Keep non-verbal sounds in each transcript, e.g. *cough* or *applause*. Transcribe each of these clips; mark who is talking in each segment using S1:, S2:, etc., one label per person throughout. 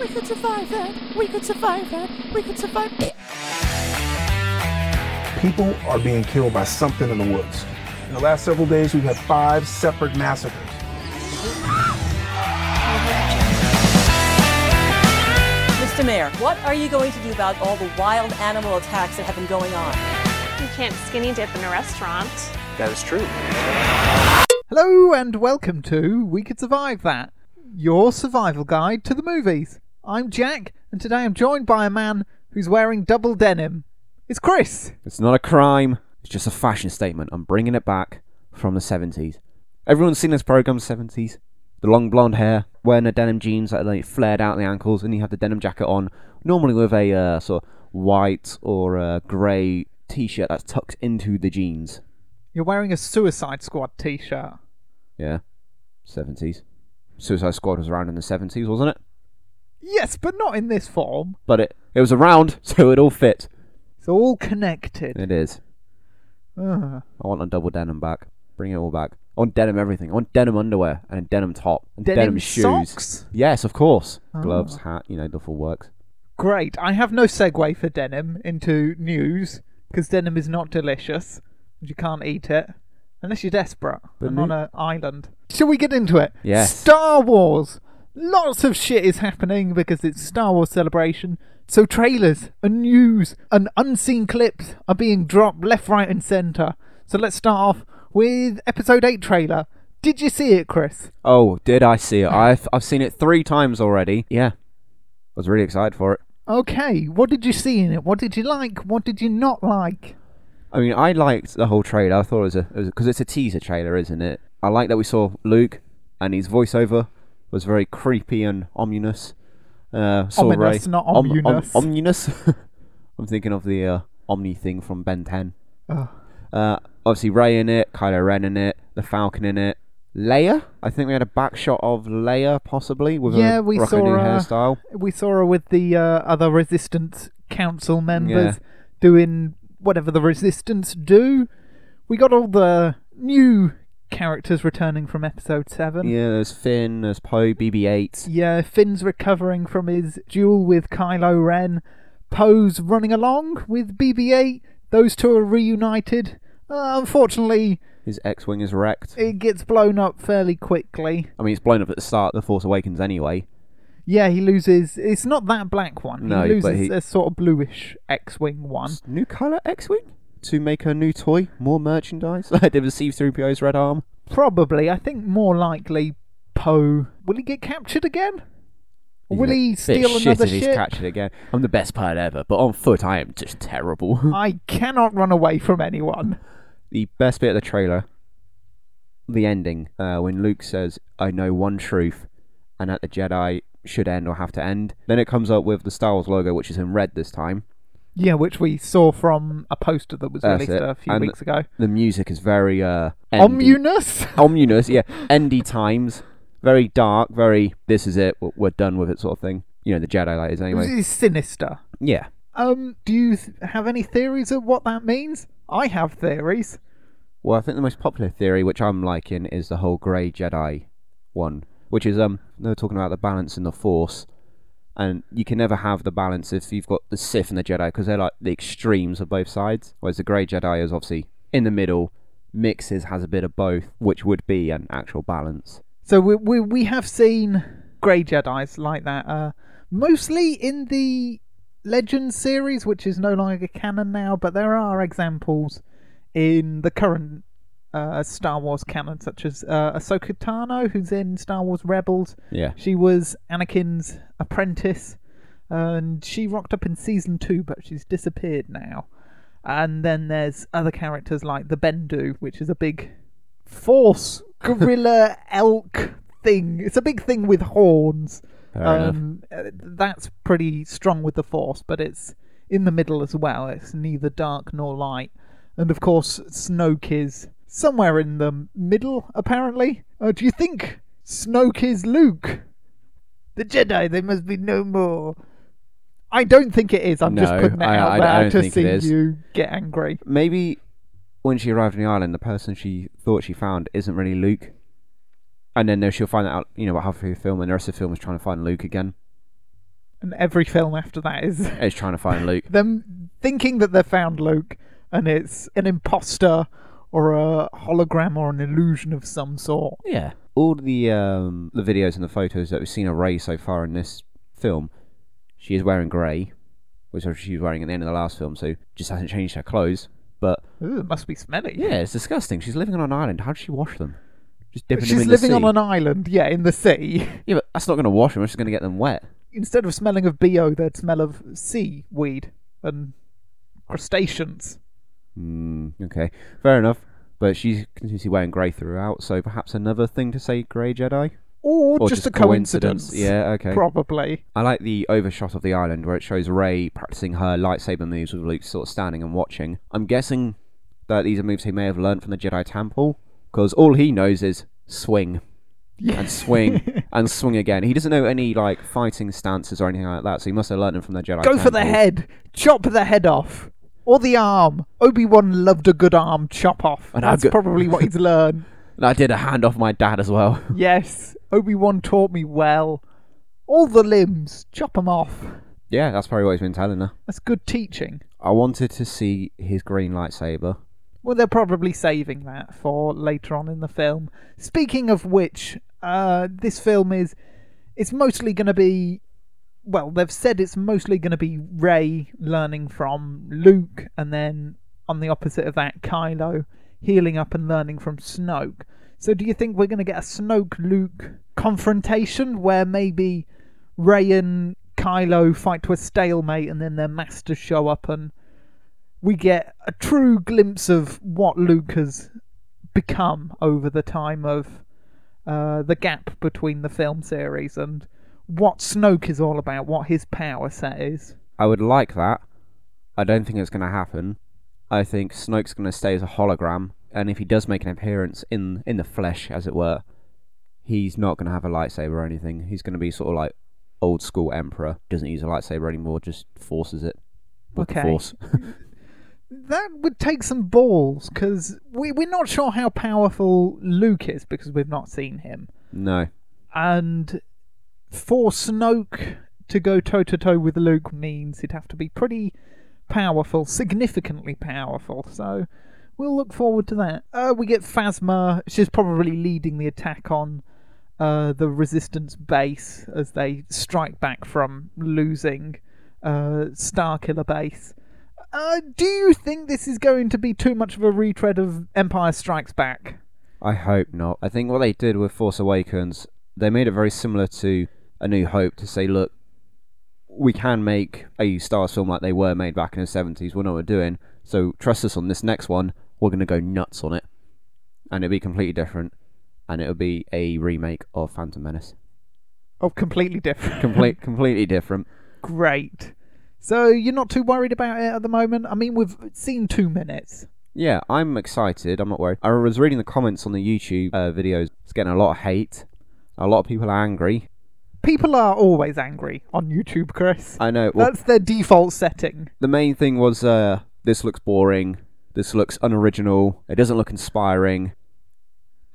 S1: We could survive that. We could survive that. We could survive.
S2: People are being killed by something in the woods. In the last several days, we've had five separate massacres.
S3: Mr. Mayor, what are you going to do about all the wild animal attacks that have been going on?
S4: You can't skinny dip in a restaurant.
S5: That is true.
S6: Hello and welcome to We Could Survive That, your survival guide to the movies. I'm Jack, and today I'm joined by a man who's wearing double denim. It's Chris.
S7: It's not a crime. It's just a fashion statement. I'm bringing it back from the 70s. Everyone's seen this program 70s. The long blonde hair, wearing the denim jeans that like flared out at the ankles, and you have the denim jacket on, normally with a uh, sort of white or uh, grey t-shirt that's tucked into the jeans.
S6: You're wearing a Suicide Squad t-shirt.
S7: Yeah, 70s. Suicide Squad was around in the 70s, wasn't it?
S6: Yes, but not in this form.
S7: But it it was around, *laughs* so it all fit.
S6: It's all connected. Ah,
S7: It is.
S6: Ugh.
S7: I want a double denim back. Bring it all back. I want denim everything. I want denim underwear and a denim top and
S6: Denim
S7: denim, shoes.
S6: socks?
S7: Yes, of course. Gloves,
S6: Ah.
S7: hat, you know, the full works.
S6: Great. I have no segue for denim into news because denim is not delicious. And you can't eat it unless you're desperate
S7: But
S6: and
S7: nu-
S6: on an island. Shall we get into it?
S7: Yes.
S6: Star Wars. Lots of shit is happening because it's Star Wars celebration. So trailers and news and unseen clips are being dropped left, right, and centre. So let's start off with episode eight trailer. Did you see it, Chris?
S7: Oh, did I see it? I've I've seen it three times already. Yeah, I was really excited for it.
S6: Okay. What did you see in it? What did you like? What did you not like?
S7: I mean, I liked the whole trailer. I thought it was a because it's a teaser trailer, isn't it? I like that we saw Luke, and his voiceover was very creepy and ominous. Uh, saw
S6: Ominous,
S7: Ray-
S6: not
S7: Om- om-
S6: omunous.
S7: ominous. *laughs* I'm thinking of the uh, Omni thing from Ben 10.
S6: Ugh.
S7: Uh, obviously, Ray in it, Kylo Ren in it, the Falcon in it, Leia. I think we had a back shot of Leia possibly with
S6: yeah,
S7: a
S6: we
S7: rocket
S6: saw
S7: new
S6: her,
S7: hairstyle.
S6: We saw her with the uh, other Resistance Council members
S7: Yeah.
S6: doing whatever the Resistance do. We got all the new characters returning from Episode Seven.
S7: Yeah, there's Finn, there's Poe, BB-8.
S6: Yeah, Finn's recovering from his duel with Kylo Ren. Poe's running along with BB-8. Those two are reunited. Uh, unfortunately,
S7: His X-wing is wrecked.
S6: it gets blown up fairly quickly.
S7: I mean, it's blown up at the start. of The Force Awakens, anyway.
S6: Yeah, he loses. It's not that black one.
S7: No, but
S6: he loses
S7: he-
S6: a sort of bluish X-wing one.
S7: New color X-wing to make her new toy, more merchandise. *laughs* I did with C-3PO's red arm.
S6: Probably, I think more likely Poe. Will he get captured again? Or will he
S7: He's a bit
S6: steal
S7: shit
S6: another
S7: if he's
S6: ship?
S7: captured again. I'm the best pilot ever, but on foot, I am just terrible. *laughs*
S6: I cannot run away from anyone.
S7: the best bit of the trailer, the ending, uh, when Luke says, "I know one truth," and that the Jedi should end or have to end. Then it comes up with the Star Wars logo, which is in red this time.
S6: Yeah, which we saw from a poster that was
S7: That's
S6: released
S7: it.
S6: a few
S7: And
S6: weeks ago.
S7: The music is very uh, endy.
S6: Omnus?
S7: ominous, yeah. Endy times, very dark, very this is it, we're, we're done with it sort of thing. You know, the Jedi light is anyway.
S6: is sinister.
S7: Yeah,
S6: Um, do you th- have any theories of what that means? I have theories.
S7: Well, I think the most popular theory, which I'm liking, is the whole Grey Jedi one, which is um they were talking about the balance in the Force, and you can never have the balance if you've got the Sith and the Jedi because they're like the extremes of both sides. Whereas the Grey Jedi is obviously in the middle, mixes, has a bit of both, which would be an actual balance.
S6: So we we, we have seen grey Jedi's like that, uh, mostly in the Legends series, which is no longer canon now. But there are examples in the current uh, Star Wars canon, such as uh, Ahsoka Tano, who's in Star Wars Rebels.
S7: Yeah,
S6: She was Anakin's apprentice, and she rocked up in season two, but she's disappeared now. And then there's other characters like the Bendu, which is a big force gorilla elk thing. It's a big thing with horns.
S7: fair enough.
S6: Um, uh, that's pretty strong with the force, but it's in the middle as well. It's neither dark nor light. And of course, Snoke is somewhere in the middle, apparently. Uh, do you think Snoke is Luke? The Jedi, they must be no more. I don't think it is. I'm just
S7: No,
S6: putting it
S7: I-
S6: out
S7: I- I
S6: there
S7: don't
S6: to
S7: think it
S6: see
S7: is.
S6: you get angry.
S7: Maybe when she arrived on the island, the person she thought she found isn't really Luke, and then she'll find that out. You know, about halfway through the film, and the rest of the film is trying to find Luke again.
S6: and every film after that is
S7: It's trying to *laughs* find Luke.
S6: them thinking that they've found Luke and it's an imposter or a hologram or an illusion of some sort.
S7: Yeah. All the um, the videos and the photos that we've seen of Ray so far in this film, she is wearing grey, which is what she was wearing at the end of the last film, so just hasn't changed her clothes. But
S6: Ooh, it must be smelly.
S7: yeah, it's disgusting. She's living on an island. How does she wash them? Just dipping them
S6: She's
S7: in
S6: living
S7: the
S6: on
S7: sea.
S6: an island, yeah, in the sea. *laughs*
S7: Yeah, but that's not going to wash them. It's just going to get them wet.
S6: Instead of smelling of BO, they'd smell of sea weed and crustaceans.
S7: Mm, okay, fair enough. But she's continuously wearing grey throughout, so perhaps another thing to say, grey Jedi.
S6: Or,
S7: Or
S6: just,
S7: just
S6: a coincidence.
S7: coincidence. Yeah, okay.
S6: Probably.
S7: I like the overshot of the island where it shows Ray practicing her lightsaber moves with Luke sort of standing and watching. I'm guessing that these are moves he may have learned from the Jedi Temple, because all he knows is swing and
S6: *laughs*
S7: swing and swing again. He doesn't know any like fighting stances or anything like that, so he must have learned them from the Jedi.
S6: Go for the
S7: Temple.
S6: head. Chop the head off. Or the arm. Obi Wan loved a good arm chop off.
S7: And I've
S6: That's
S7: got-
S6: probably what
S7: *laughs*
S6: he's learned.
S7: And I did a hand off my dad as well. *laughs*
S6: Yes, Obi Wan taught me well. All the limbs, chop 'em off.
S7: yeah, that's probably what he's been telling her.
S6: That's good teaching.
S7: I wanted to see his green lightsaber.
S6: Well, they're probably saving that for later on in the film. Speaking of which, uh, this film is. It's mostly going to be. Well, they've said it's mostly going to be Ray learning from Luke, and then on the opposite of that, Kylo healing up and learning from Snoke. So, do you think we're going to get a Snoke Luke confrontation where maybe Ray and Kylo fight to a stalemate and then their masters show up and we get a true glimpse of what Luke has become over the time of uh, the gap between the film series and what Snoke is all about, what his power set is.
S7: I would like that. I don't think it's going to happen. I think Snoke's going to stay as a hologram, and if he does make an appearance in in the flesh, as it were, he's not going to have a lightsaber or anything. He's going to be sort of like old school Emperor. Doesn't use a lightsaber anymore. Just forces it. With the
S6: Okay.
S7: force. *laughs*
S6: That would take some balls because we, we're not sure how powerful Luke is because we've not seen him.
S7: no.
S6: And for Snoke to go toe to toe with Luke means he'd have to be pretty powerful, significantly powerful. So we'll look forward to that. Uh, we get Phasma. She's probably leading the attack on uh, the Resistance base as they strike back from losing uh, Starkiller base. Uh, do you think this is going to be too much of a retread of Empire Strikes Back?
S7: I hope not. I think what they did with Force Awakens, they made it very similar to A New Hope to say, look, we can make a Star Wars film like they were made back in the 70s. We know what we're doing. So trust us on this next one. We're going to go nuts on it. And it'll be completely different. And it'll be a remake of Phantom Menace.
S6: Oh, completely different.
S7: Complete, completely different.
S6: great. So you're not too worried about it at the moment? I mean, we've seen two minutes.
S7: Yeah, I'm excited. I'm not worried. I was reading the comments on the YouTube uh, videos. It's getting a lot of hate. A lot of people are angry.
S6: People are always angry on YouTube, Chris.
S7: I know. Uh, Well,
S6: That's their default setting.
S7: the main thing was uh, this looks boring, this looks unoriginal, it doesn't look inspiring,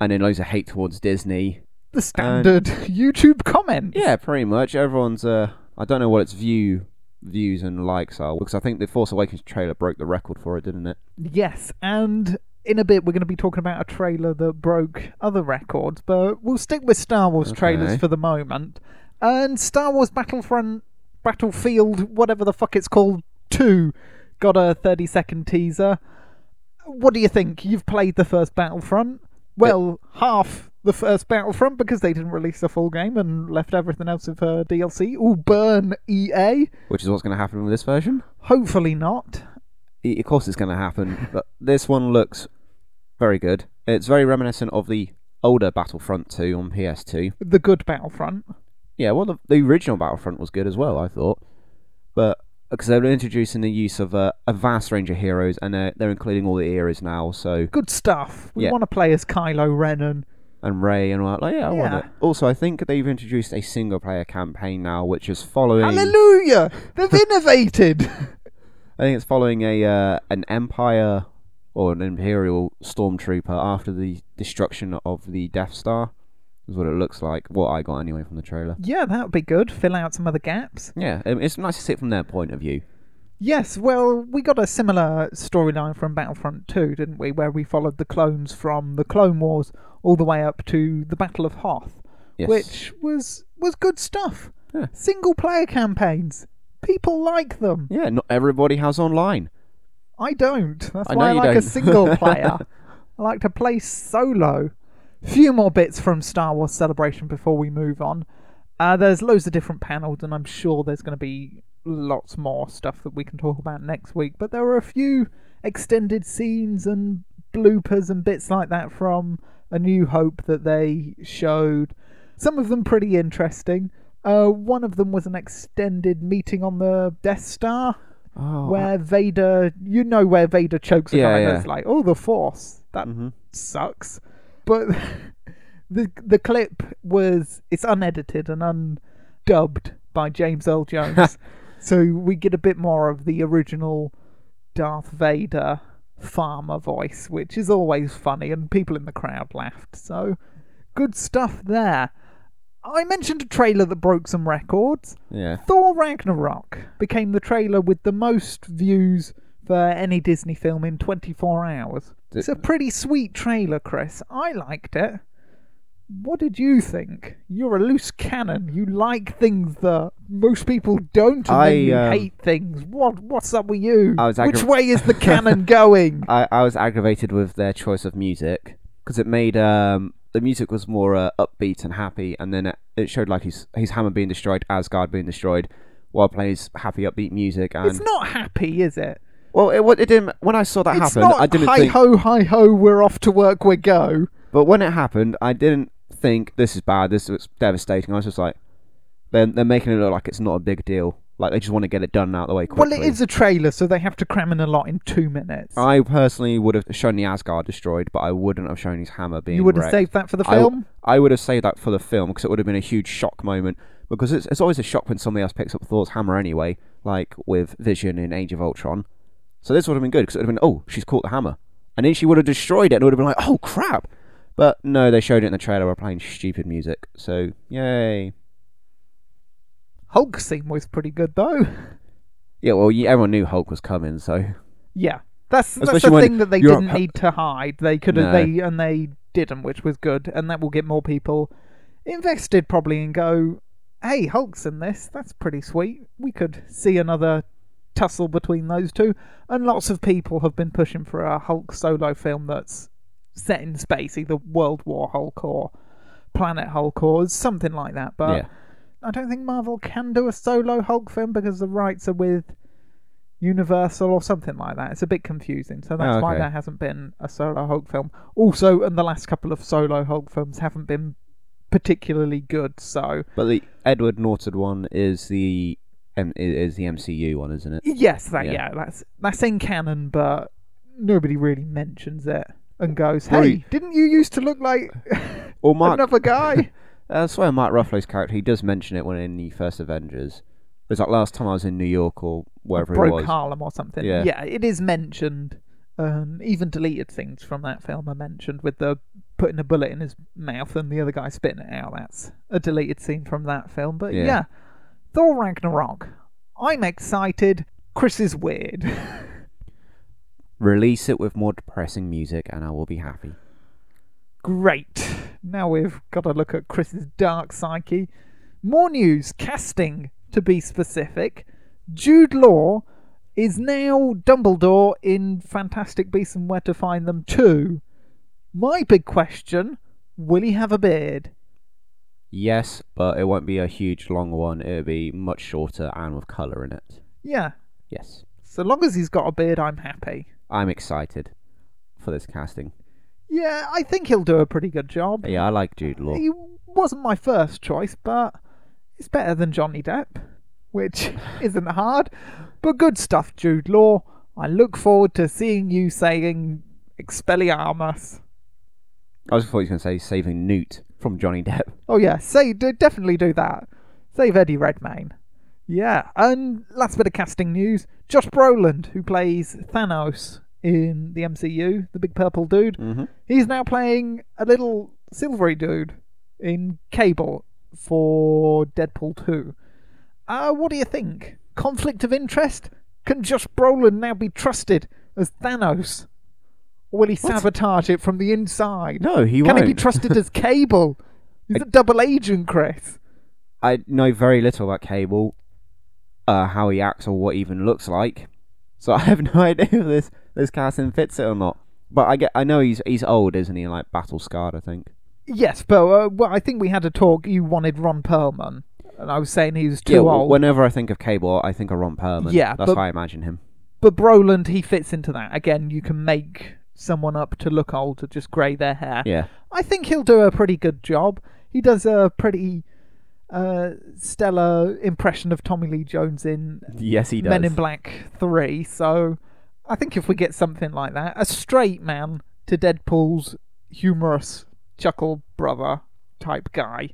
S7: and then loads of hate towards Disney.
S6: The standard *laughs* YouTube comment.
S7: Yeah, pretty much. Everyone's uh, I don't know what its view views and likes are because I think the Force Awakens trailer broke the record for it, didn't it?
S6: Yes, and in a bit we're going to be talking about a trailer that broke other records, but we'll stick with Star Wars trailers
S7: Okay.
S6: for the moment. And Star Wars Battlefront, Battlefield, whatever the fuck it's called, 2 got a 30 second teaser. What do you think? You've played the first Battlefront? Well, half the first Battlefront because they didn't release the full game and left everything else uh, for DLC. Ooh, burn EA?
S7: Which is what's going to happen with this version.
S6: Hopefully not.
S7: I- Of course, it's going to happen, *laughs* but this one looks very good. It's very reminiscent of the older Battlefront 2 on PS2.
S6: The good Battlefront.
S7: Yeah, well, the, the original Battlefront was good as well, I thought. But because they were introducing the use of uh, a vast range of heroes, and they're, they're including all the eras now. So
S6: good stuff. We
S7: Yeah.
S6: want to play as Kylo Ren and
S7: and Ray and all that. Like, yeah, I want
S6: Yeah.
S7: it. Also, I think they've introduced a single player campaign now, which is following.
S6: Hallelujah! *laughs* They've innovated.
S7: I think it's following a uh, an Empire or an Imperial stormtrooper after the destruction of the Death Star. is what it looks like. What I got anyway from the trailer.
S6: Yeah, that would be good. Fill out some other gaps.
S7: Yeah, um, it's nice to see it from their point of view.
S6: Yes, well, we got a similar storyline from Battlefront 2, didn't we? Where we followed the clones from the Clone Wars all the way up to the Battle of Hoth,
S7: Yes.
S6: which was was good stuff.
S7: Yeah.
S6: Single player campaigns. People like them.
S7: Yeah, not everybody has online.
S6: I don't. That's
S7: I
S6: why I
S7: know you
S6: like a
S7: don't.
S6: single
S7: *laughs*
S6: player. I like to play solo. Few more bits from Star Wars Celebration before we move on. Uh, there's loads of different panels, and I'm sure there's going to be lots more stuff that we can talk about next week. But there were a few extended scenes and bloopers and bits like that from A New Hope that they showed. Some of them pretty interesting. Uh, one of them was an extended meeting on the Death Star
S7: Oh,
S6: where Vader, you know, where Vader chokes a
S7: Yeah,
S6: guy, and
S7: yeah.
S6: it's like, oh, the Force. That
S7: Mhm.
S6: sucks. But *laughs* the the clip was it's unedited and undubbed by James Earl
S7: *laughs*
S6: Jones, so we get a bit more of the original Darth Vader farmer voice, which is always funny, and people in the crowd laughed. So good stuff there. I mentioned a trailer that broke some records.
S7: Yeah.
S6: Thor Ragnarok became the trailer with the most views for any Disney film in 24 hours.
S7: Did-
S6: It's a pretty sweet trailer, Chris. I liked it. What did you think? You're a loose cannon. You like things that most people don't, and
S7: I,
S6: then you
S7: um,
S6: hate things. What? What's up with you?
S7: I was
S6: Which
S7: aggra-
S6: way is the cannon
S7: *laughs*
S6: going?
S7: I, I was aggravated with their choice of music because it made um, the music was more uh, upbeat and happy, and then it, it showed like his his hammer being destroyed, Asgard being destroyed, while playing his happy upbeat music. And
S6: It's not happy, is it?
S7: well, it, wa- it didn't. When I saw that
S6: it's
S7: happen,
S6: not
S7: I didn't
S6: hi
S7: think.
S6: ho, hi ho. We're off to work. We go.
S7: But when it happened, I didn't think this is bad. This is devastating. I was just like, they're they're making it look like it's not a big deal. Like they just want to get it done out of the way quickly.
S6: Well, it is a trailer, so they have to cram in a lot in two minutes.
S7: I personally would have shown the Asgard destroyed, but I wouldn't have shown his hammer being.
S6: You would have
S7: wrecked.
S6: saved that for the
S7: I w-
S6: film?
S7: I, would have saved that for the film because it would have been a huge shock moment. Because it's, it's always a shock when somebody else picks up Thor's hammer anyway, like with Vision in Age of Ultron. So this would have been good because it would have been, oh, she's caught the hammer. And then she would have destroyed it and it would have been like, oh, crap. But no, they showed it in the trailer. We're playing stupid music. So, yay.
S6: Hulk scene was pretty good, though. *laughs*
S7: Yeah, well, you, everyone knew Hulk was coming, so.
S6: Yeah, that's that's
S7: Especially
S6: the
S7: when
S6: thing that they
S7: you're-
S6: didn't need to hide. They could have
S7: No.
S6: they and they didn't, which was good, and that will get more people invested probably and go, "Hey, Hulk's in this. That's pretty sweet. We could see another tussle between those two." And lots of people have been pushing for a Hulk solo film that's set in space, either World War Hulk or Planet Hulk or something like that. But
S7: yeah.
S6: I don't think Marvel can do a solo Hulk film because the rights are with Universal or something like that. It's a bit confusing, so that's
S7: Oh,
S6: why
S7: okay.
S6: there hasn't been a solo Hulk film. Also, and the last couple of solo Hulk films haven't been particularly good, so
S7: But the Edward Norton one is the. Um, i- is the MCU one, isn't it?
S6: yes, that yeah,
S7: Yeah.
S6: that's that's in canon, but nobody really mentions it and goes, "Hey,
S7: Well, you-
S6: didn't you used to look like *laughs*
S7: Or Mark
S6: another
S7: *laughs*
S6: guy?"
S7: I swear, Mark Ruffalo's character, he does mention it when in the first Avengers. It was like last time I was in New York or wherever it
S6: broke
S7: was.
S6: Harlem or something.
S7: Yeah.
S6: it is mentioned. Um, even deleted things from that film are mentioned with the putting a bullet in his mouth and the other guy spitting it out. That's a deleted scene from that film. But yeah,
S7: Yeah.
S6: Thor Ragnarok. I'm excited. Chris is weird. *laughs*
S7: Release it with more depressing music and I will be happy.
S6: Great. Now we've got to look at Chris's dark psyche. More news, casting to be specific. Jude Law is now Dumbledore in Fantastic Beasts and Where to Find Them 2. My big question will he have a beard?
S7: Yes, but it won't be a huge long one. It'll be much shorter and with colour in it.
S6: Yeah,
S7: Yes.
S6: so long as he's got a beard, I'm happy.
S7: I'm excited for this casting.
S6: Yeah, I think he'll do a pretty good job.
S7: Yeah, I like Jude Law.
S6: He wasn't my first choice, but it's better than Johnny Depp, which isn't hard. But good stuff, Jude Law. I look forward to seeing you saying Expelliarmus.
S7: I was thought you were going to say saving Newt from Johnny Depp.
S6: Oh yeah, say d- definitely do that. Save Eddie Redmayne. Yeah, and last bit of casting news: Josh Brolin, who plays Thanos in the MCU, the big purple dude, he's now playing a little silvery dude in Cable for Deadpool 2. Uh, what do you think? Conflict of interest? Can Josh Brolin now be trusted as Thanos? Or will he sabotage it from the inside?
S7: No, he
S6: Can he be
S7: won't.
S6: trusted
S7: *laughs*
S6: as Cable? He's a double agent, Chris.
S7: I know very little about Cable, uh, how he acts or what he even looks like, so *laughs* I have no idea if this this casting fits it or not. But I get, I know he's he's old, isn't he? Like battle scarred, I think.
S6: Yes, but uh, well, I think we had a talk. You wanted Ron Perlman, and I was saying he was too
S7: yeah, w-
S6: old.
S7: whenever I think of Cable, I think of Ron Perlman.
S6: Yeah,
S7: that's
S6: but-
S7: how I imagine him.
S6: But Broland, he fits into that. Again, you can make someone up to look old to just grey their hair.
S7: Yeah,
S6: I think he'll do a pretty good job. He does a pretty uh, stellar impression of Tommy Lee Jones in
S7: yes, he does.
S6: Men in Black 3. So I think if we get something like that, a straight man to Deadpool's humorous chuckle brother type guy.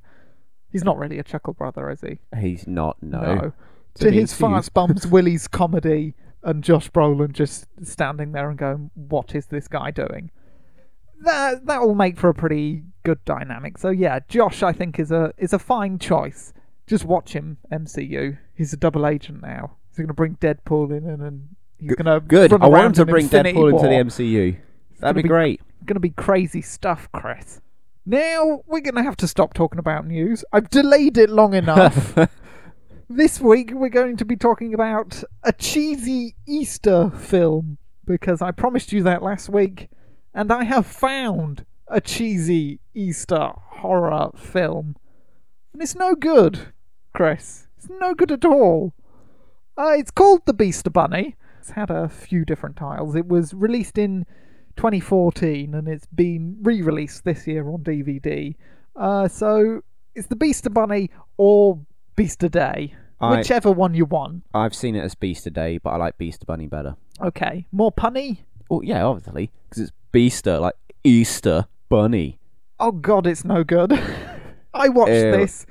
S6: He's not really a chuckle brother, is he?
S7: He's not. No.
S6: To
S7: me
S6: his
S7: too.
S6: fast bums, Willie's comedy, and Josh Brolin just standing there and going, "What is this guy doing?" That that will make for a pretty good dynamic. So yeah, Josh, I think is a is a fine choice. Just watch him MCU. He's a double agent now. He's going to bring Deadpool in, and, and he's going to
S7: Good.
S6: Run
S7: I want
S6: around
S7: him to
S6: in
S7: bring
S6: Infinity
S7: Deadpool into
S6: War
S7: the MCU. That'd
S6: gonna
S7: be,
S6: be-
S7: great.
S6: going to be crazy stuff, Chris. Now we're going to have to stop talking about news. I've delayed it long
S7: *laughs*
S6: enough. this week we're going to be talking about a cheesy Easter film because I promised you that last week and I have found a cheesy Easter horror film. And it's no good, Chris. It's no good at all. Uh, it's called The Beaster Bunny. It's had a few different titles. It was released in 2014 and it's been re released this year on DVD. Uh, so it's The Beaster Bunny or Beaster Day,
S7: I-
S6: whichever one you want.
S7: I've seen it as Beast today, but I like Beast Bunny better.
S6: Okay. More punny?
S7: Well, yeah, obviously, because it's Beaster, like Easter Bunny.
S6: Oh god, it's no good. *laughs* I watched
S7: Ew.
S6: this.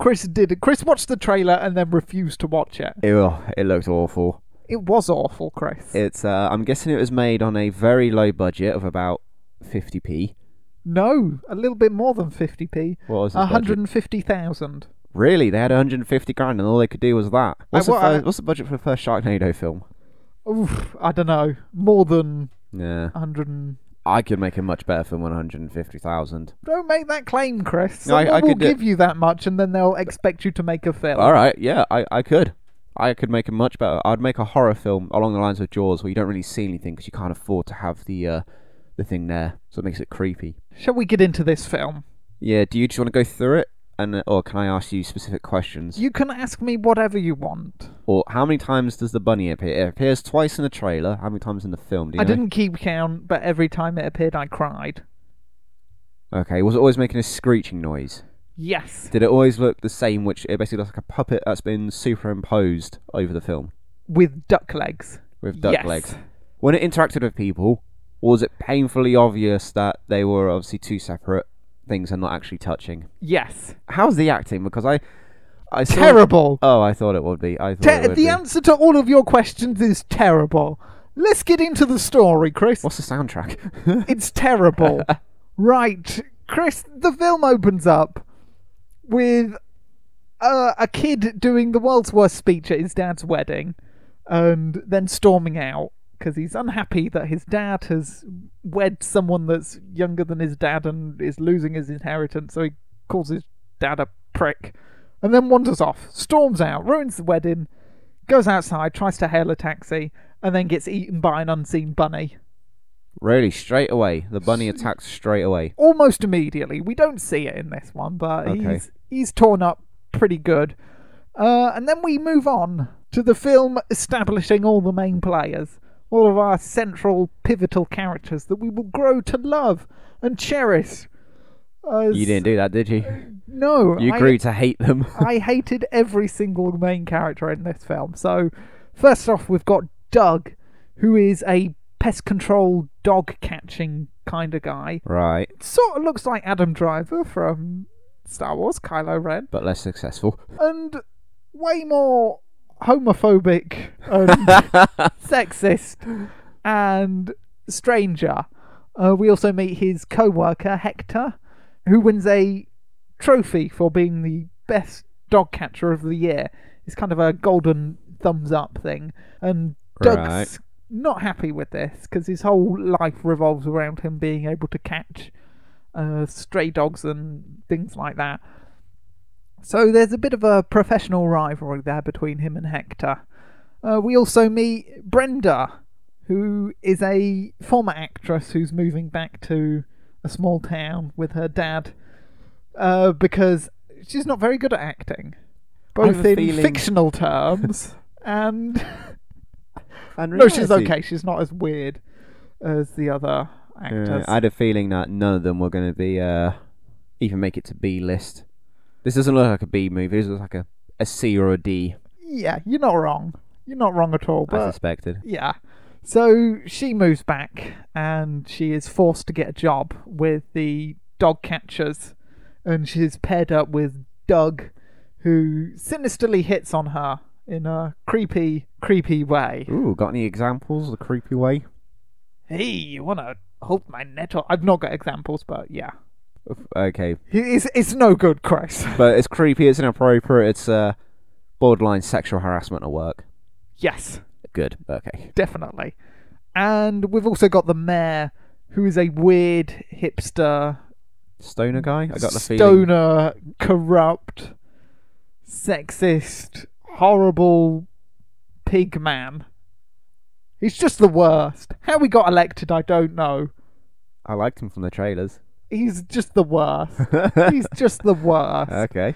S6: Chris did. Chris watched the trailer and then refused to watch it.
S7: Ew, it looked awful.
S6: It was awful, Chris.
S7: It's uh, I'm guessing it was made on a very low budget of about 50p.
S6: no, a little bit more than 50p.
S7: What was the budget?
S6: 150,000.
S7: Really, they had 150 grand, and all they could do was that. What's,
S6: what-
S7: the, first, what's the budget for the first Sharknado film?
S6: Oof, I don't know. More than
S7: Yeah,
S6: 100. and-
S7: Uh, I could make a much better film on 150,000.
S6: Don't make that claim, Chris.
S7: No, I-
S6: Someone
S7: I
S6: will
S7: could do-
S6: give you that much and then they'll expect you to make a film.
S7: All right, yeah, I, I could. I could make a much better. I'd make a horror film along the lines of Jaws, where you don't really see anything because you can't afford to have the uh, the thing there, so it makes it creepy.
S6: Shall we get into this film?
S7: Yeah, do you just want to go through it, and uh, or can I ask you specific questions?
S6: You can ask me whatever you want.
S7: Or how many times does the bunny appear? It appears twice in the trailer. How many times in the film? Do you
S6: I
S7: know?
S6: didn't keep count, but every time it appeared, I cried.
S7: Okay, was it always making a screeching noise?
S6: Yes.
S7: Did it always look the same? Which it basically looks like a puppet that's been superimposed over the film
S6: with duck legs.
S7: with duck
S6: Yes.
S7: legs. When it interacted with people, was it painfully obvious that they were obviously two separate things and not actually touching?
S6: Yes.
S7: How's the acting? Because I, I saw-
S6: Terrible.
S7: Oh, I thought it would be. I thought
S6: Te-
S7: it would
S6: the
S7: be.
S6: answer to all of your questions is terrible. Let's get into the story, Chris.
S7: What's the soundtrack? *laughs*
S6: It's terrible. right, Chris, the film opens up with uh, a kid doing the world's worst speech at his dad's wedding and then storming out because he's unhappy that his dad has wed someone that's younger than his dad and is losing his inheritance, so he calls his dad a prick and then wanders off, storms out, ruins the wedding, goes outside, tries to hail a taxi, and then gets eaten by an unseen bunny.
S7: really, straight away, the bunny attacks straight away.
S6: almost immediately. We don't see it in this one, but
S7: Okay.
S6: he's he's torn up pretty good. Uh, and then we move on to the film establishing all the main players, all of our central pivotal characters that we will grow to love and cherish. As,
S7: You didn't do that, did you?
S6: No,
S7: You
S6: I-
S7: grew to hate them.
S6: I hated every single main character in this film. So, first off, we've got Doug, who is a pest control dog catching kind of guy
S7: *laughs* right,
S6: sort of looks like Adam Driver from Star Wars, Kylo Ren,
S7: but less successful.
S6: and way more homophobic and sexist and stranger. Uh, we also meet his co worker, Hector, who wins a trophy for being the best dog catcher of the year. It's kind of a golden thumbs up thing, and Doug's
S7: Right.
S6: not happy with this because his whole life revolves around him being able to catch uh, stray dogs and things like that. So there's a bit of a professional rivalry there between him and Hector. Uh, we also meet Brenda, who is a former actress who's moving back to a small town with her dad uh, because she's not very good at acting,
S7: I
S6: *laughs*
S7: have
S6: both
S7: a
S6: in
S7: feeling-
S6: fictional
S7: *laughs*
S6: terms and *laughs*
S7: And
S6: no, she's
S7: reality.
S6: okay. She's not as weird as the other
S7: Uh,
S6: actors.
S7: I had a feeling that none of them were going to be uh, even make it to B list. This doesn't look like a B movie. This looks like a, a C or a D.
S6: Yeah, you're not wrong. You're not wrong at all.
S7: I
S6: But
S7: suspected.
S6: yeah. So she moves back and she is forced to get a job with the dog catchers. And she's paired up with Doug, who sinisterly hits on her in a creepy, creepy way.
S7: Ooh, got any examples of the creepy way?
S6: Hey, you want to hold my net? Or... I've not got examples, but yeah.
S7: Okay,
S6: It's, it's no good, Chris.
S7: but it's creepy. It's inappropriate. It's uh, borderline sexual harassment at work.
S6: yes.
S7: Good. Okay.
S6: definitely. And we've also got the mayor, who is a weird hipster,
S7: Stoner guy. I got the feeling.
S6: stoner, corrupt, sexist, horrible pig man. He's just the worst. How we got elected, I don't know.
S7: I liked him from the trailers. *laughs*
S6: He's just the worst. He's just the worst.
S7: okay.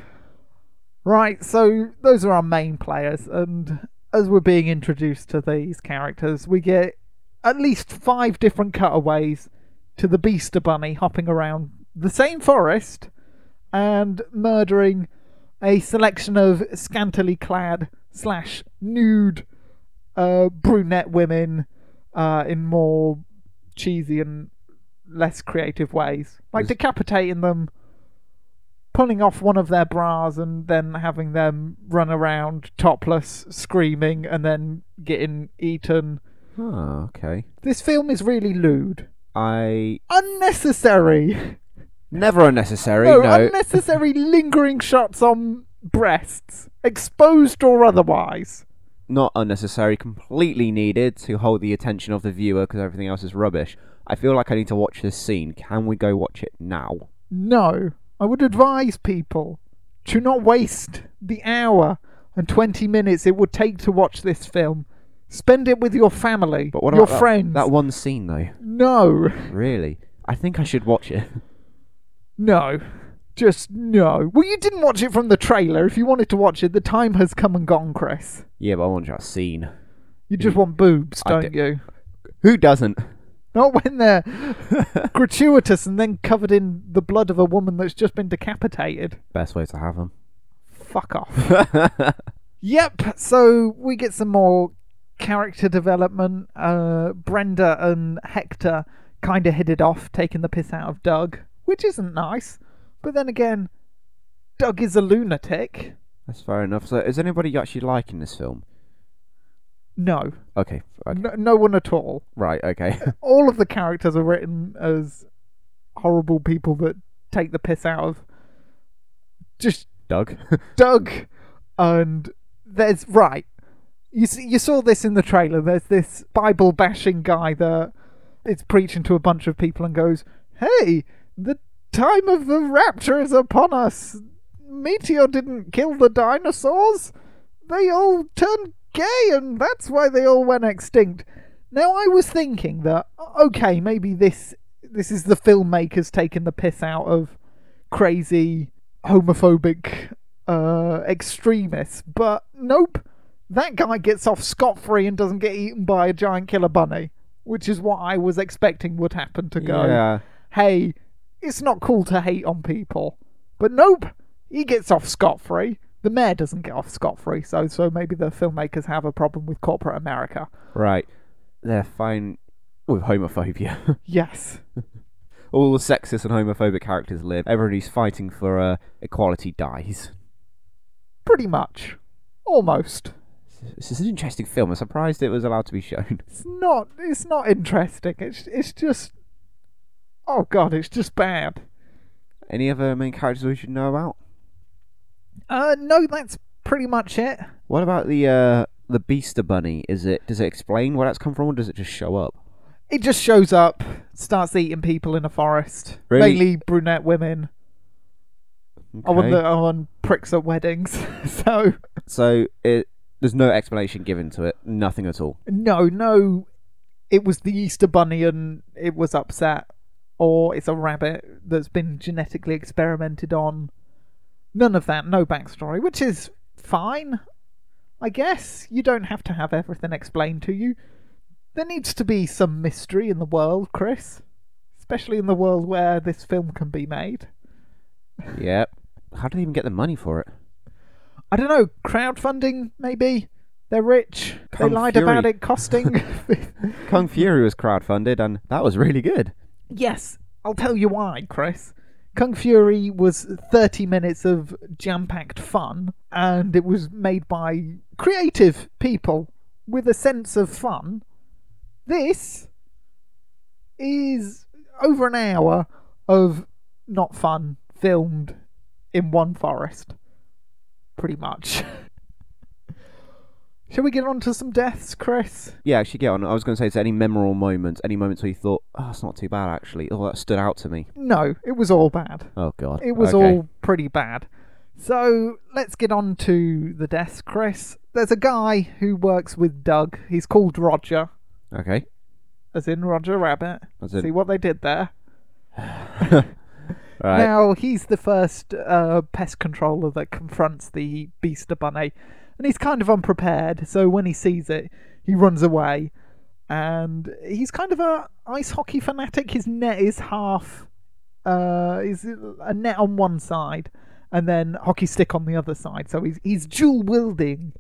S6: Right, so those are our main players, and as we're being introduced to these characters, we get at least five different cutaways to the Beaster Bunny hopping around the same forest and murdering a selection of scantily clad slash nude uh, brunette women uh, in more cheesy and less creative ways, like decapitating them pulling off one of their bras and then having them run around topless, screaming, and then getting eaten.
S7: Oh, okay.
S6: This film is really lewd.
S7: I
S6: Unnecessary.
S7: never unnecessary.
S6: No,
S7: No. *laughs*
S6: unnecessary lingering shots on breasts, exposed or otherwise.
S7: not unnecessary, completely needed to hold the attention of the viewer because everything else is rubbish. I feel like I need to watch this scene. Can we go watch it now?
S6: No, I would advise people to not waste the hour and 20 minutes it would take to watch this film. Spend it with your family,
S7: But what
S6: your
S7: about that-
S6: friends. Mm.
S7: That one scene though,
S6: no.
S7: really? I think I should watch it. *laughs*
S6: No. Just no. Well, you didn't watch it from the trailer. If you wanted to watch it, the time has come and gone, Chris.
S7: yeah, but I want that scene.
S6: You just want boobs,
S7: I
S6: don't
S7: do.
S6: you?
S7: Who doesn't?
S6: Not when they're gratuitous and then covered in the blood of a woman that's just been decapitated.
S7: Best way to have them.
S6: Fuck off. yep, so we get some more character development. Uh, Brenda and Hector kind of headed off, taking the piss out of Doug, which isn't nice. But then again, Doug is a lunatic.
S7: That's fair enough. So, is anybody actually liking this film?
S6: No,
S7: Okay, okay.
S6: no, no one at all.
S7: right, okay. *laughs*
S6: All of the characters are written as horrible people that take the piss out of just
S7: Doug.
S6: Doug. And there's right. You s- you saw this in the trailer. There's this Bible bashing guy that is preaching to a bunch of people and goes, "Hey, the time of the rapture is upon us. Meteor didn't kill the dinosaurs. They all turned gay, and that's why they all went extinct." Now I was thinking that okay, maybe this this is the filmmakers taking the piss out of crazy homophobic uh, extremists, but nope. That guy gets off scot free and doesn't get eaten by a giant killer bunny, which is what I was expecting would happen to *laughs* go.
S7: Yeah.
S6: Hey, it's not cool to hate on people. But nope, he gets off scot free. The mayor doesn't get off scot free, so so maybe the filmmakers have a problem with corporate America.
S7: Right. They're fine with homophobia. *laughs*
S6: Yes.
S7: All the sexist and homophobic characters live. Everyone who's fighting for uh, equality dies.
S6: Pretty much. Almost.
S7: This is an interesting film. I'm surprised it was allowed to be shown. *laughs*
S6: It's not it's not interesting. It's it's just Oh god, it's just bad.
S7: Any other main characters we should know about?
S6: Uh, no, that's pretty much it.
S7: What about the uh, the Beaster Bunny? Is it does it explain where that's come from, or does it just show up?
S6: It just shows up, starts eating people in a forest,
S7: Really?
S6: mainly brunette women. I want
S7: Okay.
S6: the I want pricks at weddings. *laughs* so
S7: So it there's no explanation given to it, nothing at all. *laughs*
S6: no, no, it was the Easter Bunny and it was upset, or it's a rabbit that's been genetically experimented on. None of that, no backstory, which is fine, I guess. You don't have to have everything explained to you. There needs to be some mystery in the world, Chris, especially in the world where this film can be made.
S7: Yep. How do they even get the money for it?
S6: I don't know, crowdfunding maybe. They're rich.
S7: Kung
S6: they lied
S7: Fury.
S6: about it costing. *laughs*
S7: Kung Fury was crowdfunded, and that was really good.
S6: yes, I'll tell you why, Chris. Kung Fury was 30 minutes of jam packed fun, and it was made by creative people with a sense of fun. This is over an hour of not fun filmed in one forest. Pretty much. *laughs* Shall we get on to some deaths, Chris?
S7: Yeah, actually, get on. I was going to say, is there any memorable moments? Any moments where you thought, oh, that's not too bad, actually? Oh, that stood out to me.
S6: No, it was all bad.
S7: Oh, God.
S6: It was
S7: Okay.
S6: all pretty bad. So let's get on to the deaths, Chris. There's a guy who works with Doug. He's called Roger,
S7: Okay. *laughs*
S6: as in Roger Rabbit.
S7: As in-
S6: See what they did there.
S7: All right.
S6: Now he's the first uh, pest controller that confronts the Beaster Bunny, and he's kind of unprepared. So when he sees it, he runs away, and he's kind of a ice hockey fanatic. His net is half, uh, is a net on one side, and then hockey stick on the other side. So he's he's dual wielding.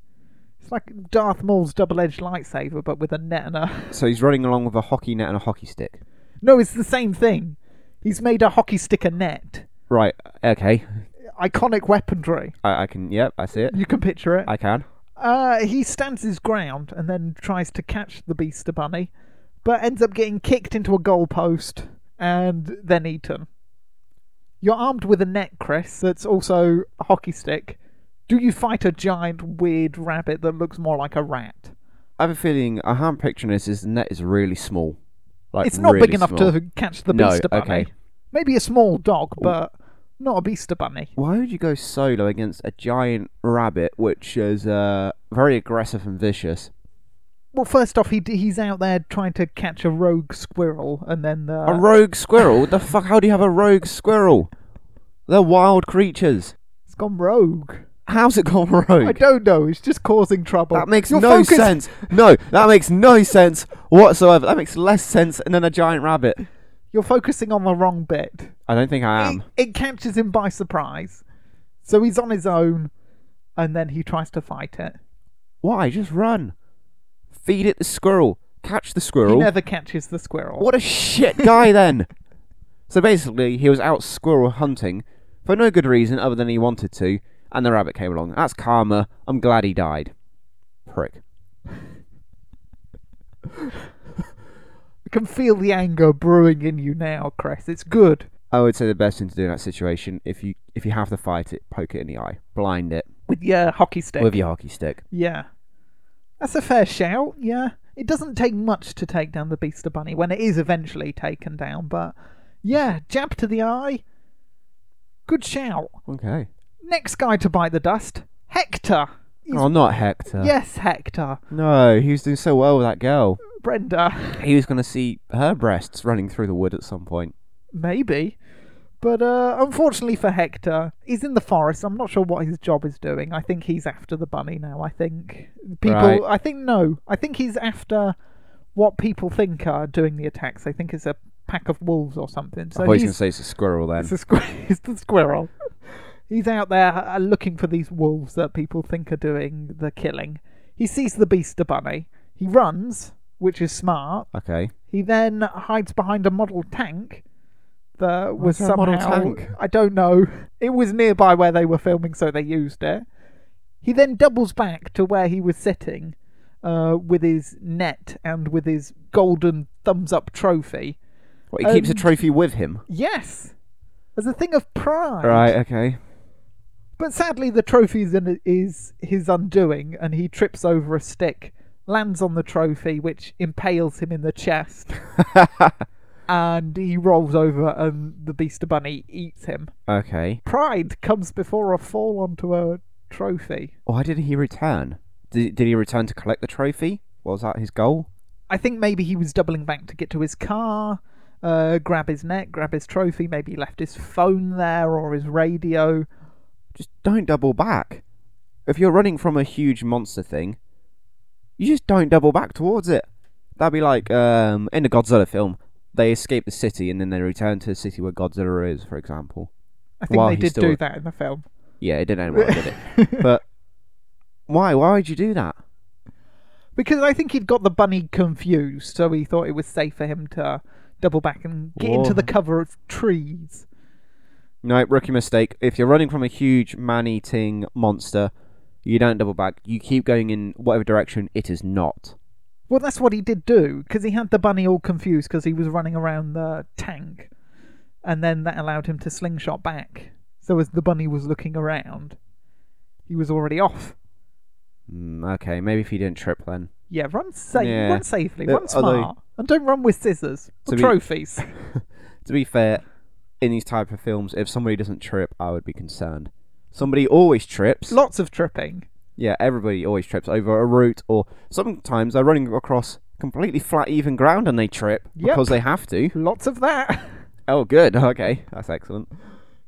S6: It's like Darth Maul's double-edged lightsaber, but with a net and a *laughs*
S7: so he's running along with a hockey net and a hockey stick.
S6: no. It's the same thing. He's made a hockey stick a net.
S7: Right. Okay.
S6: Iconic weaponry.
S7: I, I can. Yep, I see it.
S6: You can picture it.
S7: I can.
S6: Uh, he stands his ground and then tries to catch the Beaster Bunny, but ends up getting kicked into a goalpost and then eaten. You're armed with a net, Chris, that's also a hockey stick. Do you fight a giant, weird rabbit that looks more like a rat?
S7: I have a feeling, I am picturing this, is the net is really small. Like,
S6: it's not big
S7: really
S6: enough
S7: small.
S6: to catch the
S7: No,
S6: Beaster Bunny.
S7: okay.
S6: Maybe a small dog, but not a Beaster Bunny.
S7: Why would you go solo against a giant rabbit, which is uh, very aggressive and vicious?
S6: Well, first off, he he's out there trying to catch a rogue squirrel, and then uh, the
S7: A rogue squirrel? What the fuck? How do you have a rogue squirrel? They're wild creatures.
S6: it's gone rogue.
S7: How's it gone *laughs*
S6: I
S7: rogue?
S6: don't know. It's just causing trouble.
S7: That makes
S6: Your
S7: no
S6: focus-
S7: sense. No, that makes no sense whatsoever. That makes less sense than a giant rabbit.
S6: You're focusing on the wrong bit.
S7: I don't think I
S6: It,
S7: am.
S6: it catches him by surprise. So he's on his own, and then he tries to fight it.
S7: Why? Just run. Feed it the squirrel. Catch the
S6: He
S7: squirrel.
S6: never catches the squirrel.
S7: What a
S6: *laughs*
S7: shit guy then. So basically, he was out squirrel hunting for no good reason other than he wanted to, and the rabbit came along. That's karma. I'm glad he died. Prick.
S6: I can feel the anger brewing in you now, Chris. It's good.
S7: I would say the best thing to do in that situation, if you if you have to fight it, poke it in the eye, blind it
S6: With your hockey stick.
S7: with your hockey stick.
S6: Yeah. That's a fair shout, yeah. It doesn't take much to take down the Beaster Bunny when it is eventually taken down, but yeah, jab to the eye. Good shout.
S7: Okay.
S6: Next guy to bite the dust, Hector. He's-
S7: Oh, not Hector.
S6: Yes, Hector.
S7: No, he was doing so well with that girl.
S6: Brenda,
S7: He was going to see her breasts running through the wood at some point.
S6: maybe. But uh, unfortunately for Hector, he's in the forest. I'm not sure what his job is doing. I think he's after the bunny now. I think people.
S7: Right.
S6: I think no. I think he's after what people think are doing the attacks. I think it's a pack of wolves or something. So
S7: I thought he was
S6: he's
S7: going to say it's a squirrel then.
S6: it's, a squ- *laughs* it's the squirrel. He's out there uh, looking for these wolves that people think are doing the killing. He sees the beaster bunny. He runs, which is smart.
S7: Okay.
S6: He then hides behind a model tank that was
S7: there a model
S6: somehow
S7: tank?
S6: I don't know. It was nearby where they were filming, so they used it. He then doubles back to where he was sitting uh, with his net and with his golden thumbs up trophy.
S7: Well, he keeps a
S6: And-
S7: trophy with him.
S6: Yes, as a thing of pride.
S7: Right, okay.
S6: But sadly, the trophy is, in- is his undoing, and he trips over a stick, lands on the trophy, which impales him in the
S7: *laughs*
S6: chest, and he rolls over, and the Beaster Bunny eats him.
S7: okay.
S6: Pride comes before a fall onto a trophy.
S7: Why did he return? Did, did he return to collect the trophy? Was that his goal?
S6: I think maybe he was doubling back to get to his car, uh, grab his net, grab his trophy, maybe he left his phone there or his radio.
S7: Just don't double back. If you're running from a huge monster thing, you just don't double back towards it. That'd be like um, in the Godzilla film. They escape the city and then they return to the city where Godzilla is, for example.
S6: I think
S7: While
S6: they
S7: he's
S6: did
S7: still-
S6: do that in the film.
S7: Yeah, it didn't end well,
S6: *laughs*
S7: did it? But why? Why would you do that?
S6: Because I think he'd got the bunny confused, so he thought it was safe for him to double back and get into
S7: Whoa.
S6: the cover of trees.
S7: No, rookie mistake. If you're running from a huge man-eating monster, you don't double back. You keep going in whatever direction it is not.
S6: Well, that's what he did do, because he had the bunny all confused because he was running around the tank, and then that allowed him to slingshot back. So as the bunny was looking around, he was already off.
S7: Mm, okay, maybe if he didn't trip then.
S6: Yeah, run safe,
S7: Yeah.
S6: run safely,
S7: Uh,
S6: run smart,
S7: although-
S6: and don't run with scissors or
S7: To be-
S6: trophies.
S7: *laughs* to be fair, in these type of films, if somebody doesn't trip, I would be concerned. Somebody always trips.
S6: Lots of tripping.
S7: Yeah, everybody always trips over a route, or sometimes they're running across completely flat, even ground and they trip
S6: Yep.
S7: because they have to.
S6: Lots of that. *laughs*
S7: Oh, good. *laughs* Okay, that's excellent.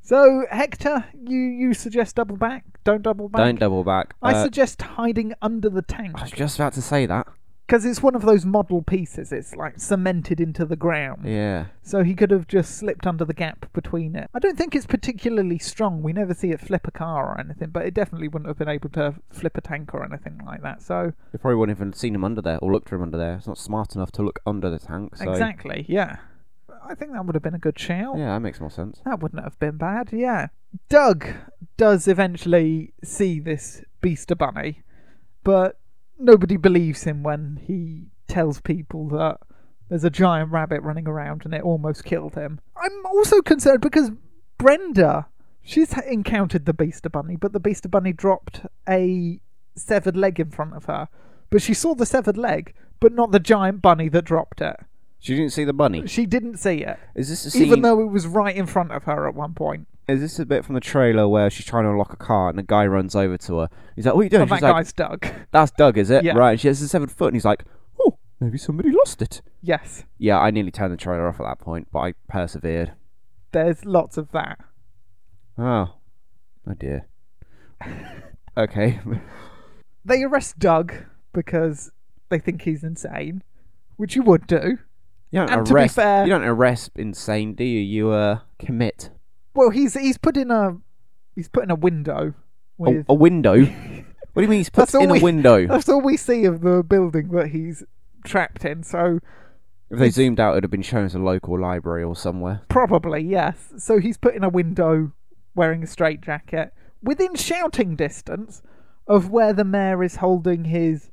S6: So Hector, you you suggest double back? Don't double back.
S7: Don't double back.
S6: I
S7: Uh,
S6: suggest hiding under the tank
S7: I was just about to say that.
S6: because it's one of those model pieces. It's like cemented into the ground,
S7: Yeah.
S6: so he could have just slipped under the gap between it. I don't think it's particularly strong. We never see it flip a car or anything, but it definitely wouldn't have been able to flip a tank or anything like that. So
S7: They probably wouldn't have even seen him under there or looked for him under there. It's not smart enough to look under the tank. So
S6: exactly, yeah. I think that would have been a good shout.
S7: Yeah, that makes more sense.
S6: That wouldn't have been bad, yeah. Doug does eventually see this Beaster Bunny, but nobody believes him when he tells people that there's a giant rabbit running around and it almost killed him. I'm also concerned because Brenda, she's h- encountered the Beaster Bunny, but the Beaster Bunny dropped a severed leg in front of her. But she saw the severed leg, but not the giant bunny that dropped it.
S7: She didn't see the bunny.
S6: She didn't see it,
S7: Is this a scene?
S6: even though it was right in front of her at one point.
S7: Is this a bit from the trailer where she's trying to unlock a car and a guy runs over to her? He's like, "What are you doing?"
S6: Oh,
S7: she's
S6: that
S7: like,
S6: guy's Doug. *laughs*
S7: "That's Doug, is it?"
S6: Yeah.
S7: Right. And she has a seven foot, and he's like, "Oh, maybe somebody lost it."
S6: Yes,
S7: Yeah, I nearly turned the trailer off at that point, but I persevered.
S6: there's lots of that.
S7: Oh, oh
S6: *laughs*
S7: dear. okay.
S6: They arrest Doug because they think he's insane, which you would do.
S7: You don't
S6: And to be
S7: arrest.
S6: fair-
S7: you don't arrest insane, do you? You uh, commit
S6: Well, he's he's put in a he's put in a window
S7: a,
S6: with.
S7: a window.
S6: *laughs*
S7: what do you mean he's put
S6: That's all
S7: in
S6: we-
S7: a window?
S6: *laughs* That's all we see of the building that he's trapped in. So
S7: if they zoomed out, it'd have been shown as a local library or somewhere.
S6: probably yes. So he's put in a window, wearing a straitjacket, within shouting distance of where the mayor is holding his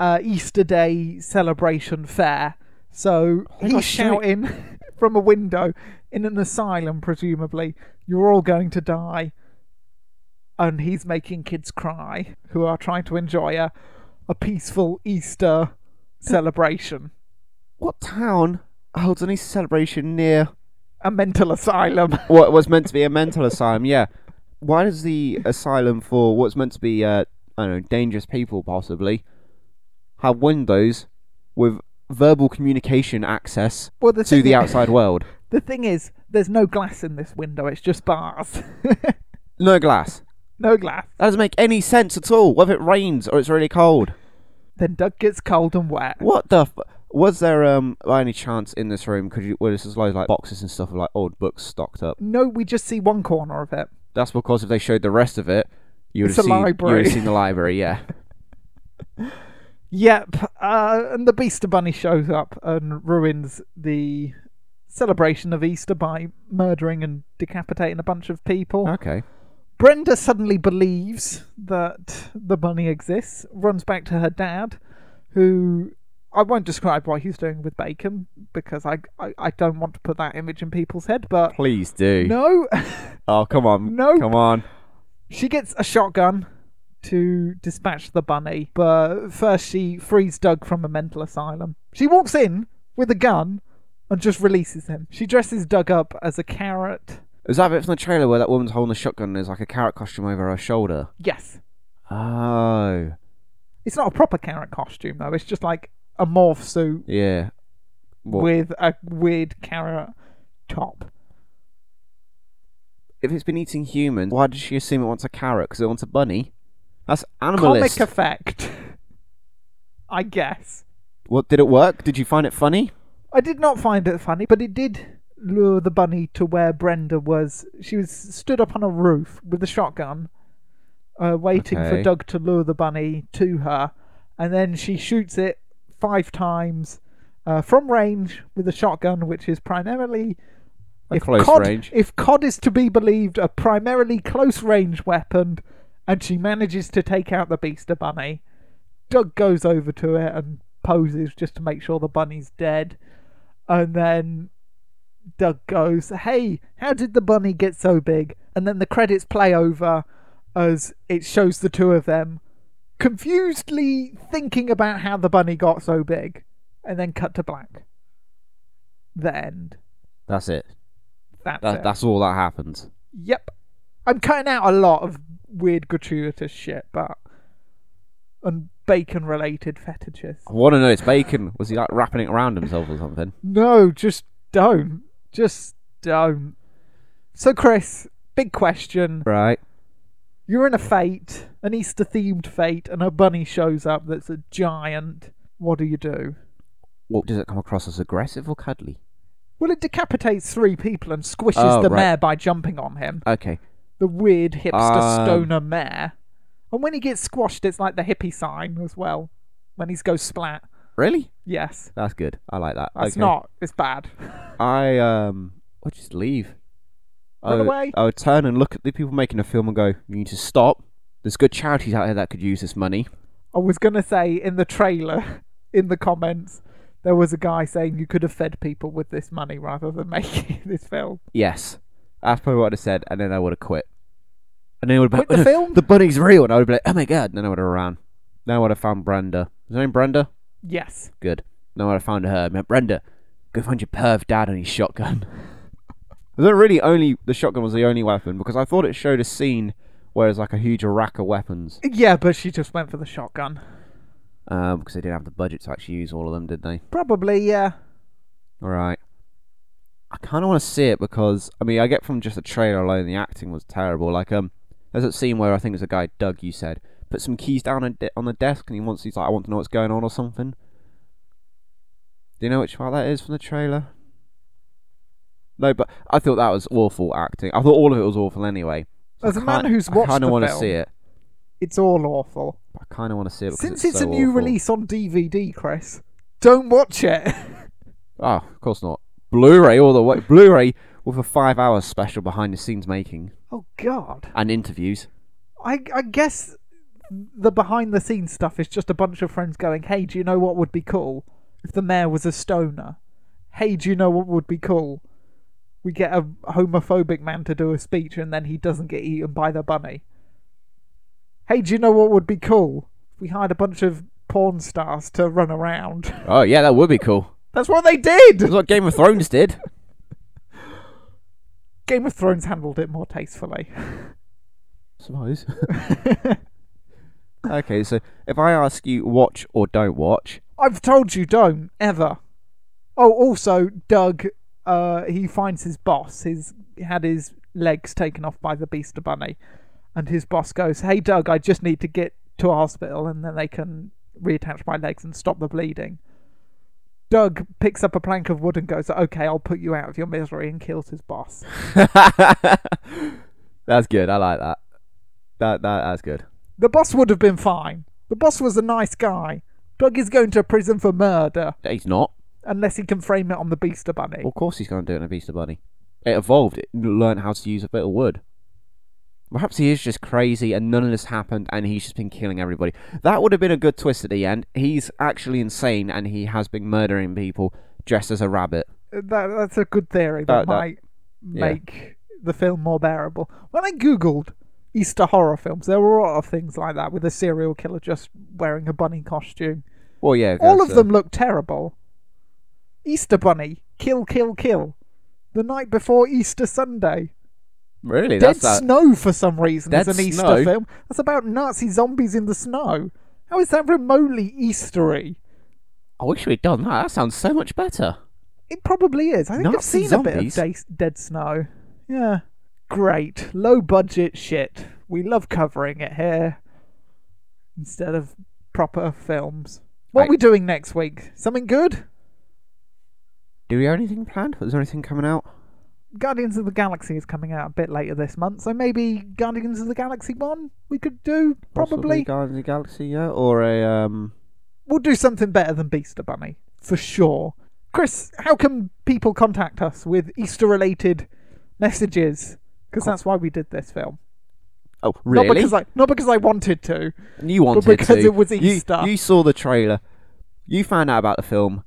S6: uh, Easter Day celebration fair. So
S7: Oh my God,
S6: he's shouting *laughs* from a window in an asylum, presumably, you're all going to die. And he's making kids cry who are trying to enjoy a, a peaceful Easter celebration.
S7: What town holds any celebration near
S6: A mental asylum. *laughs*
S7: what was meant to be a mental asylum. Yeah. Why does the asylum for what's meant to be uh, I don't know dangerous people possibly have windows with verbal communication access
S6: Well, the
S7: to
S6: thing
S7: the
S6: is-
S7: outside world?
S6: The thing is, there's no glass in this window, it's just bars. *laughs*
S7: No glass.
S6: no glass.
S7: That doesn't make any sense at all. Whether it rains or it's really cold.
S6: Then Doug gets cold and wet.
S7: What the? F- was there um by any chance in this room? Could you? Well, this is loads of, like boxes and stuff of like old books stocked up.
S6: No, we just see one corner of it.
S7: That's because if they showed the rest of it, you would
S6: It's
S7: have
S6: a
S7: seen. You would
S6: library.
S7: have seen the
S6: *laughs*
S7: library. Yeah.
S6: Yep, uh, and the Beaster Bunny shows up and ruins the celebration of Easter by murdering and decapitating a bunch of people.
S7: okay.
S6: Brenda suddenly believes that the bunny exists, runs back to her dad, who I won't describe what he's doing with bacon because I, I, I don't want to put that image in people's head, but
S7: Please do.
S6: no, *laughs*
S7: Oh, come on.
S6: No.
S7: Come on.
S6: she gets a shotgun to dispatch the bunny, but first she frees Doug from a mental asylum. She walks in with a gun and just releases him. She dresses Doug up as a carrot.
S7: Is that a bit from the trailer where that woman's holding a shotgun and there's like a carrot costume over her shoulder?
S6: Yes,
S7: Oh.
S6: it's not a proper carrot costume though. It's just like a morph suit
S7: Yeah. What?
S6: with a weird carrot top.
S7: If it's been eating humans, why does she assume it wants a carrot? Because it wants a bunny? That's animalist.
S6: Comic effect, *laughs* I guess.
S7: what, did it work? Did you find it funny?
S6: I did not find it funny, but it did lure the bunny to where Brenda was. She was stood up on a roof with a shotgun, uh, waiting for
S7: Okay.
S6: Doug to lure the bunny to her, and then she shoots it five times uh, from range with a shotgun, which is primarily.
S7: A close
S6: COD,
S7: range.
S6: If COD is to be believed, a primarily close range weapon, and she manages to take out the Beaster Bunny. Doug goes over to it and poses just to make sure the bunny's dead. And then Doug goes, Hey, how did the bunny get so big? And then the credits play over as it shows the two of them confusedly thinking about how the bunny got so big. And then cut to black. The end.
S7: That's it.
S6: That's
S7: That,
S6: it.
S7: That's all that happens.
S6: Yep. I'm cutting out a lot of weird, gratuitous shit, but. and bacon related fetishes.
S7: I want to know it's bacon. Was he like wrapping it around himself or something?
S6: No, just don't. Just don't. So, Chris, big question.
S7: Right.
S6: You're in a fate, an Easter themed fate, and a bunny shows up that's a giant. What do you do?
S7: What does it come across as aggressive or cuddly?
S6: Well, it decapitates three people and squishes
S7: Oh,
S6: the
S7: right.
S6: mayor by jumping on him.
S7: Okay.
S6: The weird hipster
S7: Um,
S6: stoner mayor. And when he gets squashed, it's like the hippie sign as well. When he goes splat.
S7: Really?
S6: Yes.
S7: That's good. I like that.
S6: That's
S7: okay.
S6: not. It's bad.
S7: I um, I just leave. I
S6: Run
S7: would-
S6: away.
S7: I would turn and look at the people making a film and go, "You need to stop. There's good charities out here that could use this money."
S6: I was going to say in the trailer, *laughs* in the comments, there was a guy saying you could have fed people with this money rather than *laughs* making this film.
S7: Yes, that's probably what I said, and then I would have quit. And then I would have
S6: Quit the film?
S7: "Oh, The bunny's real, and I would have been like, "Oh my god!" And then I would have ran. Then I would have found Brenda. Is her name Brenda?
S6: Yes.
S7: Good. Then I would have found her. I meant, Brenda, go find your perv dad and his shotgun. *laughs* was that really only the shotgun was the only weapon? Because I thought it showed a scene where it's like a huge rack of weapons.
S6: Yeah, but she just went for the shotgun.
S7: Um, because they didn't have the budget to actually use all of them, did they?
S6: Probably, yeah.
S7: All right. I kind of want to see it because I mean, I get from just the trailer alone, the acting was terrible. Like, um, there's that scene where I think it's a guy Doug you said put some keys down on, de- on the desk, and he wants he's like, I want to know what's going on or something. Do you know which part that is from the trailer? No, but I thought that was awful acting. I thought all of it was awful anyway. I
S6: As a man
S7: can't-
S6: who's
S7: I
S6: watched
S7: kind
S6: the
S7: of want to
S6: film,
S7: see it.
S6: It's all awful.
S7: I kind of want to see it. because
S6: Since
S7: it's,
S6: it's,
S7: so
S6: a new
S7: awful.
S6: release on DVD, Chris, don't watch it. *laughs*
S7: Oh, of course not. Blu-ray all the way. Blu-ray with a five-hour special behind-the-scenes making
S6: oh, God.
S7: and interviews.
S6: I, I guess the behind the scenes stuff is just a bunch of friends going, hey, do you know what would be cool if the mayor was a stoner? Hey, do you know what would be cool? We get a homophobic man to do a speech and then he doesn't get eaten by the bunny. Hey, do you know what would be cool? If we hired a bunch of porn stars to run around. *laughs*
S7: Oh yeah, that would be cool.
S6: That's what they did!
S7: That's what Game of Thrones did.
S6: Game of Thrones handled it more tastefully.
S7: Suppose. *laughs* okay, so if I ask you watch or don't watch, *laughs*
S6: I've told you don't ever. Oh, also, Doug, uh, he finds his boss. His had his legs taken off by the Beaster Bunny, and his boss goes, "Hey, Doug, I just need to get to a hospital, and then they can reattach my legs and stop the bleeding." Doug picks up a plank of wood and goes, "Okay, I'll put you out of your misery," and kills his boss.
S7: that's good. I like that. That that that's good.
S6: The boss would have been fine. The boss was a nice guy. Doug is going to prison for murder
S7: Yeah, He's not.
S6: unless he can frame it on the Beaster Bunny.
S7: Well, of course he's going to do it in a beast of bunny. It evolved. It learned how to use a bit of wood. Perhaps he is just crazy and none of this happened and he's just been killing everybody. That would have been a good twist at the end. He's actually insane and he has been murdering people dressed as a rabbit.
S6: That that's a good theory that,
S7: That- that-
S6: might
S7: yeah.
S6: make the film more bearable. When I googled Easter horror films, there were a lot of things like that with a serial killer just wearing a bunny costume.
S7: Well, yeah.
S6: All
S7: that's,
S6: of
S7: uh,
S6: them look terrible. Easter bunny, kill, kill, kill. The night before Easter Sunday.
S7: Really?
S6: Dead
S7: That's that.
S6: Snow for some reason is
S7: Dead
S6: an Easter
S7: Snow?
S6: film. That's about Nazi zombies in the snow. How is that remotely Eastery?
S7: I wish we'd done that. That sounds so much better.
S6: It probably is. I think I've
S7: Nazi
S6: seen a bit of
S7: zombies?
S6: Day- Dead Snow. Yeah. Great. Low budget shit. We love covering it here instead of proper films. What
S7: I-
S6: are we doing next week? Something good?
S7: Do we have anything planned? Is there anything coming out?
S6: Guardians of the Galaxy is coming out a bit later this month, so maybe Guardians of the Galaxy 1 we could do, probably.
S7: Possibly Guardians of the Galaxy, yeah? Or a. um.
S6: we'll do something better than Beaster Bunny, for sure. Chris, how can people contact us with Easter related messages? Because that's why we did this film.
S7: Oh, really?
S6: Not because I not because I wanted to.
S7: You wanted
S6: because
S7: to.
S6: it was
S7: You-
S6: Easter.
S7: You, saw the trailer. You found out about the film.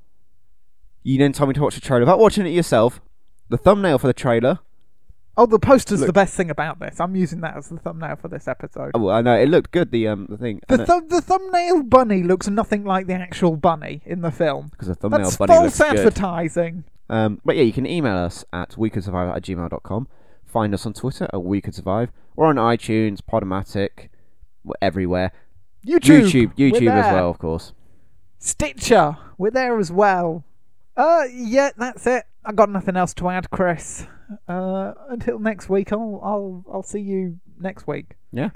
S7: You then told me to watch the trailer. Without watching it yourself, the thumbnail for the trailer.
S6: Oh, the poster's the
S7: Look.
S6: best thing about this. I'm using that as the thumbnail for this episode.
S7: Oh, I know it looked good. The um, the thing.
S6: The, thu- the thumbnail bunny looks nothing like the actual bunny in the film.
S7: Because the thumbnail
S6: That's
S7: bunny
S6: false
S7: looks good.
S6: advertising.
S7: Um, but yeah, you can email us at weekendsurvive at gmail.com. Find us on Twitter at We Could Survive. Or on iTunes, Podomatic, we're everywhere.
S6: YouTube,
S7: YouTube,
S6: we're
S7: YouTube as
S6: there.
S7: well, of course.
S6: Stitcher, we're there as well. Uh, yeah, that's it. I got nothing else to add, Chris. Uh, until next week, I'll I'll I'll see you next week.
S7: Yeah.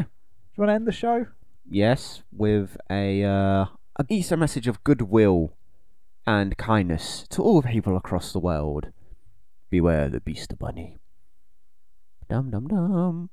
S6: Do you want to end the show?
S7: Yes, with a uh, an Easter message of goodwill and kindness to all people across the world. Beware the Beaster Bunny. Dum dum dum.